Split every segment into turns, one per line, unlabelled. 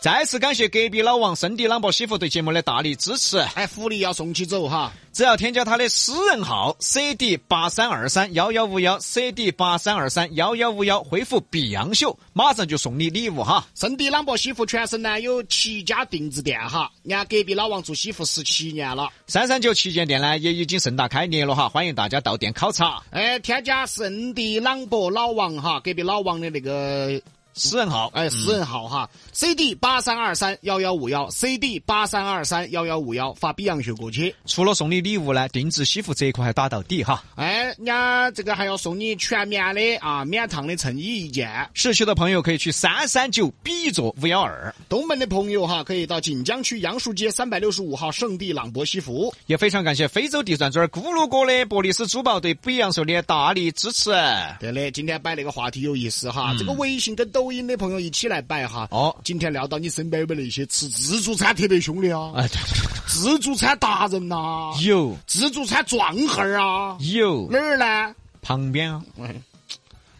再次感谢隔壁老王圣地朗博西服对节目的大力支持。
哎，福利要送起走哈。
只要添加他的私人号 cd 八三二三幺幺五幺 cd 八三二三幺幺五幺，回复“比洋秀”，马上就送你礼物哈。
圣地朗博西服全省呢有七家定制店哈，人家隔壁老王做西服十七年了。
三三九旗舰店呢也已经盛大开业了哈，欢迎大家到店考察。
哎，添加圣地朗博老王哈，隔壁老王的那个
私人号，
哎私人号哈、c d 八三二三幺幺五幺，CD 八三二三幺幺五幺，发比洋秀过去。
除了送你礼物呢，定制西服折扣还打到底哈。
哎，人家这个还要送你全棉的啊，免烫的衬衣一件。
市区的朋友可以去三三九 B 座五幺二，
东门的朋友哈，可以到锦江区杨树街三百六十五号圣地朗博西服。
也非常感谢非洲地转转咕噜哥的伯利斯珠宝对比洋秀的大力支持。
对的，今天摆那个话题有意思哈，这个微信跟抖音的朋友一起来摆哈。
哦
今天聊到你身边有没有那些吃自助餐特别凶的啊？
哎，对，
自助餐达人呐、
有
自助餐壮汉儿啊，
有
哪儿呢？
旁边啊。
哎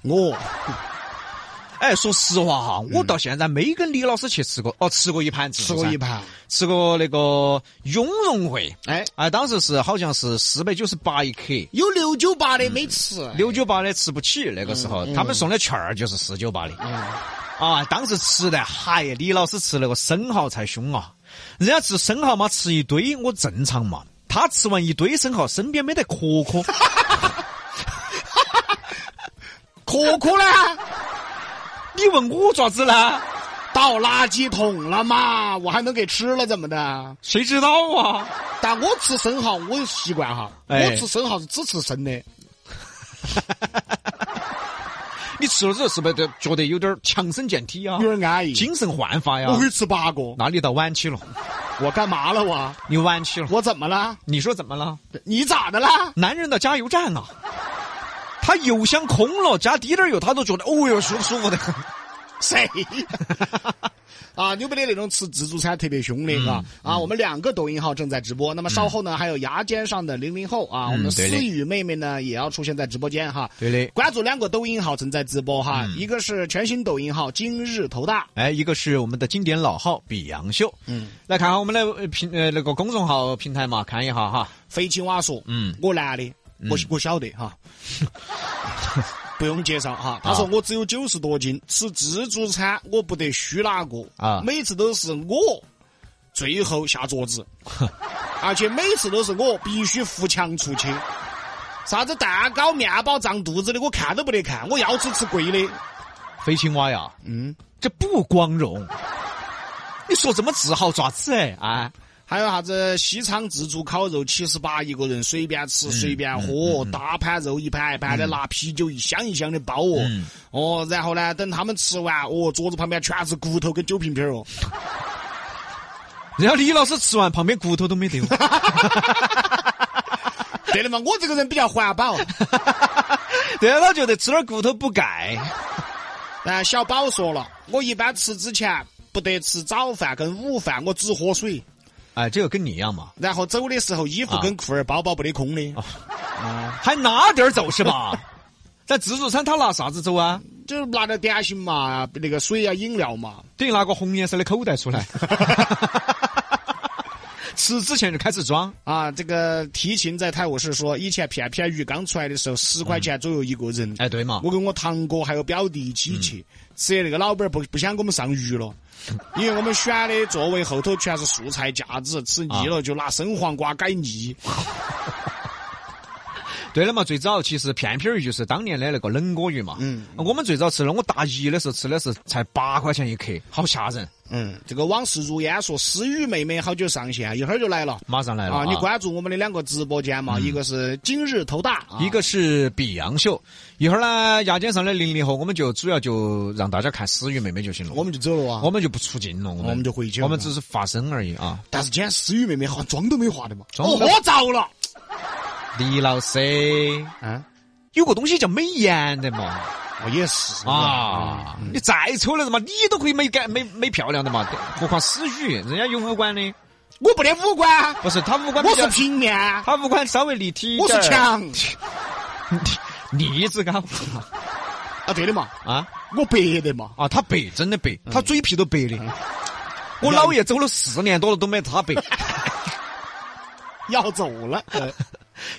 我
哎，说实话哈，我到现在没跟李老师去吃过，哦，吃过一盘自
吃
助
过
餐
一，盘，
吃过那个雍容烩，
哎，
哎，当时是好像是四百九十八一克，
有六九八的没吃，
六九八的吃不起，那个时候、他们送的券儿就是四九八的，啊，当时吃的，嗨，李老师吃那个生蚝才凶啊，人家吃生蚝嘛，吃一堆我正常嘛，他吃完一堆生蚝，身边没得壳壳，
可可呢？
你问我爪子呢？
倒垃圾桶了嘛，我还能给吃了怎么的？
谁知道啊？
但我吃生蚝，我有习惯哈，
哎
我吃生蚝是只吃生的。
你吃了之后是不是就觉得有点儿强身健体啊？
有点安逸
精神焕发呀
我？会吃八个，
那你到晚起了，
啊我干嘛了我？
你晚起了，
我怎么了？
你说怎么了？
你咋的啦？
男人的加油站啊，他油箱空了，加滴点儿油，他都觉得哦哟舒服舒服的很。
谁？啊，有没得那种吃自助餐特别凶的
嗯
啊？啊，我们两个抖音号正在直播，那么稍后呢，还有牙尖上的零零后啊，我们思
嗯对的
雨妹妹呢也要出现在直播间哈。
对嗯的
关注两个抖音号正在直播哈，一个是全新抖音号今日头大，
哎，一个是我们的经典老号比洋秀，嗯，来看下我们的呃平呃那个公众号平台嘛，看一下哈。
肥青蛙说，
嗯，
我男的，我我晓得 哈，不用介绍
啊
哈。他说我只有九十多斤，吃自助餐我不得虚哪个
啊
每次都是我最后下 桌子，而且每次都是我必须扶墙出去。啥子蛋糕、面包胀肚子的，我看都不得看，我要吃吃贵的。
飞青蛙呀，
嗯，
这不光荣，你说这么自豪爪子哎？哎，
还有啥子西昌自助烤肉七十八一个人，随便吃随便喝，大盘肉一盘一盘的，拿啤酒一箱一箱的包哦。哦，然后呢，等他们吃完，哦，桌子旁边全是骨头跟酒瓶瓶儿哦。
人家李老师吃完旁边骨头都没得哦。
对的嘛，我这个人比较环保。
对啊，他觉得吃点骨头补钙。
但哎小宝说了，我一般吃之前不得吃早饭跟午饭，我只喝水。
哎，这个跟你一样嘛，
然后走的时候，衣服跟裤儿、包包不得空的，
还拿点儿走是 吧？在自助餐他拿啥子走啊？
就是拿点点心嘛，那个水啊、饮料嘛。
等于拿个红颜色的口袋 出来，吃之前就开始装。
啊，这个提琴在泰晤士说，以前片片鱼刚出来的时候，十块钱左右一个人。
嗯哎，对嗯嘛，
我跟我堂哥还有表弟一起去，吃的那个老板儿不不想给我们上鱼了，
嗯
因为我们选的座位后头全是素菜架子，吃腻
啊
了就拿生黄瓜改腻。
嗯对了嘛，最早其实片片鱼就是当年的那个冷锅鱼嘛。嗯，我们最早吃的，我大一的时候吃的是才八块钱一克，好吓人。
嗯，这个往事如烟说，思雨妹妹好久上线，一会儿就来了。
马上来了嗯
啊！你关注我们的两个直播间嘛，一个是今日头大，啊
一个是比洋秀，一会儿呢，牙尖上的零零后，我们就主要就让大家看死鱼妹妹就行了。
我们就走了啊。
我们就不出镜了，我们
我们就回去了
我们只是发声而已啊。
但是今天思雨妹妹好像妆都没化的嘛，
妆
哦，
都
我着了。
李老师，
啊，
有个东西叫美颜的嘛
我也是
啊，你再丑的人嘛，你都可以美感美美漂亮的嘛，何况死鱼，人家有五官的，
我不得五官，
不是他五官比
我
较
是平面，
他五官稍微立体一
我
点
是
儿，
墙
你子高
啊，对的嘛，
啊
我白的嘛，
嗯啊，他白真的白，他嘴皮都白的，我姥爷走了四年多了都没他白。
要走了。
呃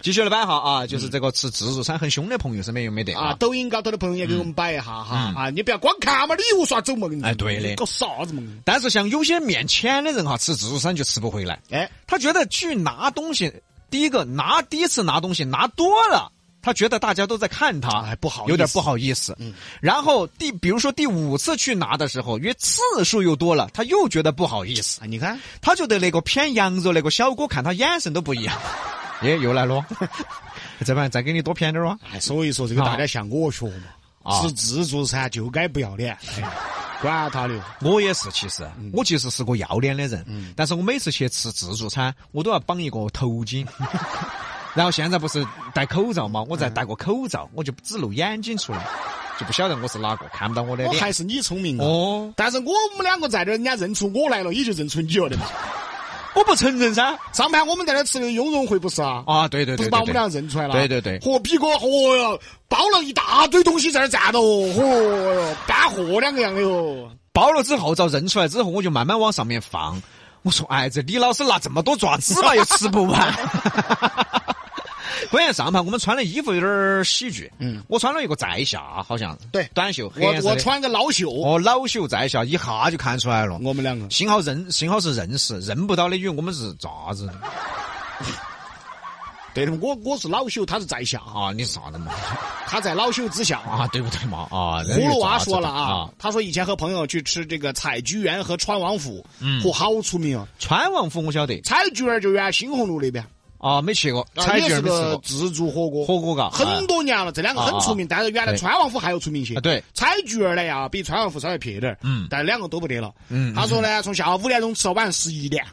继续来摆哈啊，就是这个吃自助餐很凶的朋友身边有没得
啊，？抖音高头的朋友也给我们摆一下哈啊！你不要光看嘛，你又耍走嘛！我跟你说
嗯哎对的
搞啥子嘛？
但是像有些面浅的人哈，吃自助餐就吃不回来。
哎，
他觉得去拿东西，第一个拿第一次拿东西拿多了，他觉得大家都在看他，
哎不好意思嗯
有点不好意思。然后第比如说第五次去拿的时候，因为次数又多了，他又觉得不好意思，
啊，你看，
他觉得那个偏羊肉那个小哥看他眼神都不一 样。耶，又来 了，这边再给你多偏点儿啊！
哎，所以说这个大家向我学嘛，
啊
吃自助餐就该不要脸，哎管他的。
我也是，其实啊我其实是个要脸的人，但是我每次去吃自助餐，我都要绑一个头巾。 然后现在不是戴口罩嘛，我再戴个口罩，我就只露眼睛出来，就不晓得我是哪个，看不到我的
我
脸。
还是你聪明啊
哦，
但是我们两个在这儿，人家认出我来了，也就认出你了的嘛。
我不承认噻！
上盘我们在那儿吃的雍容会不是啊？
啊，对对
不
对，
是把
对
我们俩认出来了？
对对对
和比哥，嚯哟，包了一大堆东西在那儿站着哦，嚯哟，搬货两个样的哟。
包了之后，遭认出来之后，我就慢慢往上面放。我说，哎，这李老师拿这么多爪子吧，又吃不完。 关键上盘我们穿的衣服有点儿喜剧，嗯，我穿了一个在下，好像
对
短袖，黑
我
颜色
我
的
穿个老袖，
哦，老朽在下，一下就看出来了。
我们两个
幸好认，幸好是认识，认不到的以为我们是啥子
对的嘛，我我是老朽，他是在下，
啊？你是啥子嘛？
他在老朽之下啊。
啊，对不对嘛？啊，
葫芦娃
娃
说了啊，，他说以前和朋友去吃这个采菊园和川王府，
嗯
嚯，好出名啊！
川王府我晓得
采菊园就原来新红路那边，
啊，没去过，
啊
彩
也
券
是
没吃
个
过，
自助火锅，
火锅啊哎嘎，
很多年了，这两个很出名，但是原来
对
川王府还要出名些
啊。对，
采菊儿呢呀，比川王府稍微撇点儿，
嗯
但两个都不得了。
嗯
他说呢，从下午五点钟吃到晚上十 一点，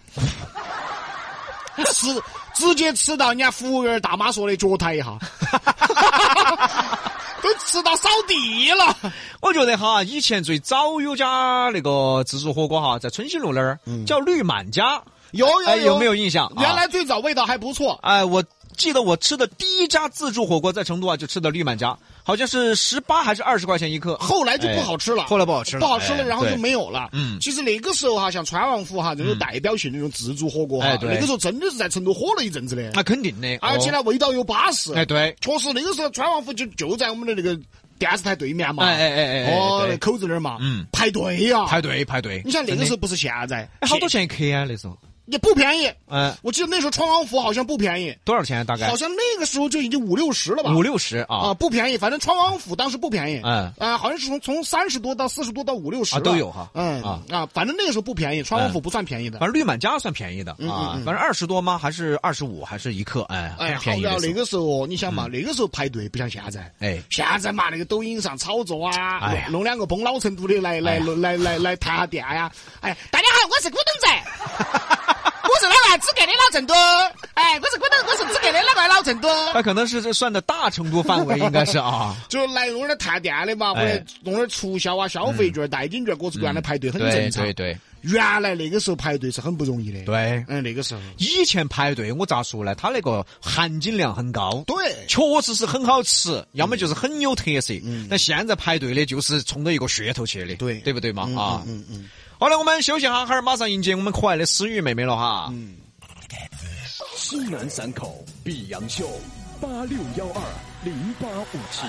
吃直接吃到人家服务员大妈说的脚抬一 下，都吃到扫地了。
我觉得哈，以前最早有家那个自助火锅哈，在春熙路那儿叫绿满家，
有
哎，
有
有没有？印象？啊
嗯原来最早味道还不错，
哎，我记得我吃的第一家自助火锅在成都啊，就吃的绿满家，好像是十八还是二十块钱一克，
后来就不好吃了。
哎后来不好吃了，
不好吃
哎
了，然后就
对
没有了。
嗯
其实那个时候哈，像川王府哈这种代表性的那种自助火锅哈，
哎对
那个时候真的是在成都火了一阵子的。
那肯定的，
而且呢，味道又巴适
哦，。哎，对，
确实那个时候川王府就就在我们的那个电视台对面嘛。
哎哎哎哎，
哦，
对
那口子那儿嘛，
嗯
排队呀、
排队排队，
啊你像那个
真
时候
的，
不是现在，
哎好多钱一克啊那时候，
也不便宜。
嗯，
我记得那时候川王府好像不便宜，
多少钱啊大概
好？像那个时候就已经五六十了吧。
五六十啊
啊，不便宜，反正川王府当时不便宜，
嗯
啊，好像是从从三十多到四十多到五六十
啊都有哈
嗯
啊哎
啊，反正那个时候不便宜，川王府不算便宜的
反，正绿满家算便宜的
嗯
啊，反正二十多吗？还是二十五？还是一克？哎，
哎，好
便宜
了
的，时候，
那
嗯
个时候哦你想嘛，那个时候排队不像现在，
哎
现在嘛那个抖音上炒作啊，
哎呀
弄弄两个崩老成都的来来
哎呀
来来来谈下店呀，哎，大家好，我是古董仔。 我是那个资格的老成都，哎，我是古董，我是资格的那个老成都，，
那可能是这算的大成都范围，应该是啊
就来弄点儿探店的嘛，或者
哎嗯
弄点儿促销啊、消费券、代金券，各式各样的排队很正
对
常
对。对
原来那个时候排队是很不容易的。，
对。
嗯，那个时候，
以前排队，我咋说呢？它那个含金量很高，
对，
确实是很好吃，要么就是很有特色。但现在排队的就是冲着一个噱头去的，
嗯对
对不对嘛？
嗯
啊，
嗯嗯
好了，我们休息哈哈儿，马上迎接我们可爱的思雨妹妹了哈。
西南三口碧阳秀八六幺二零八五七，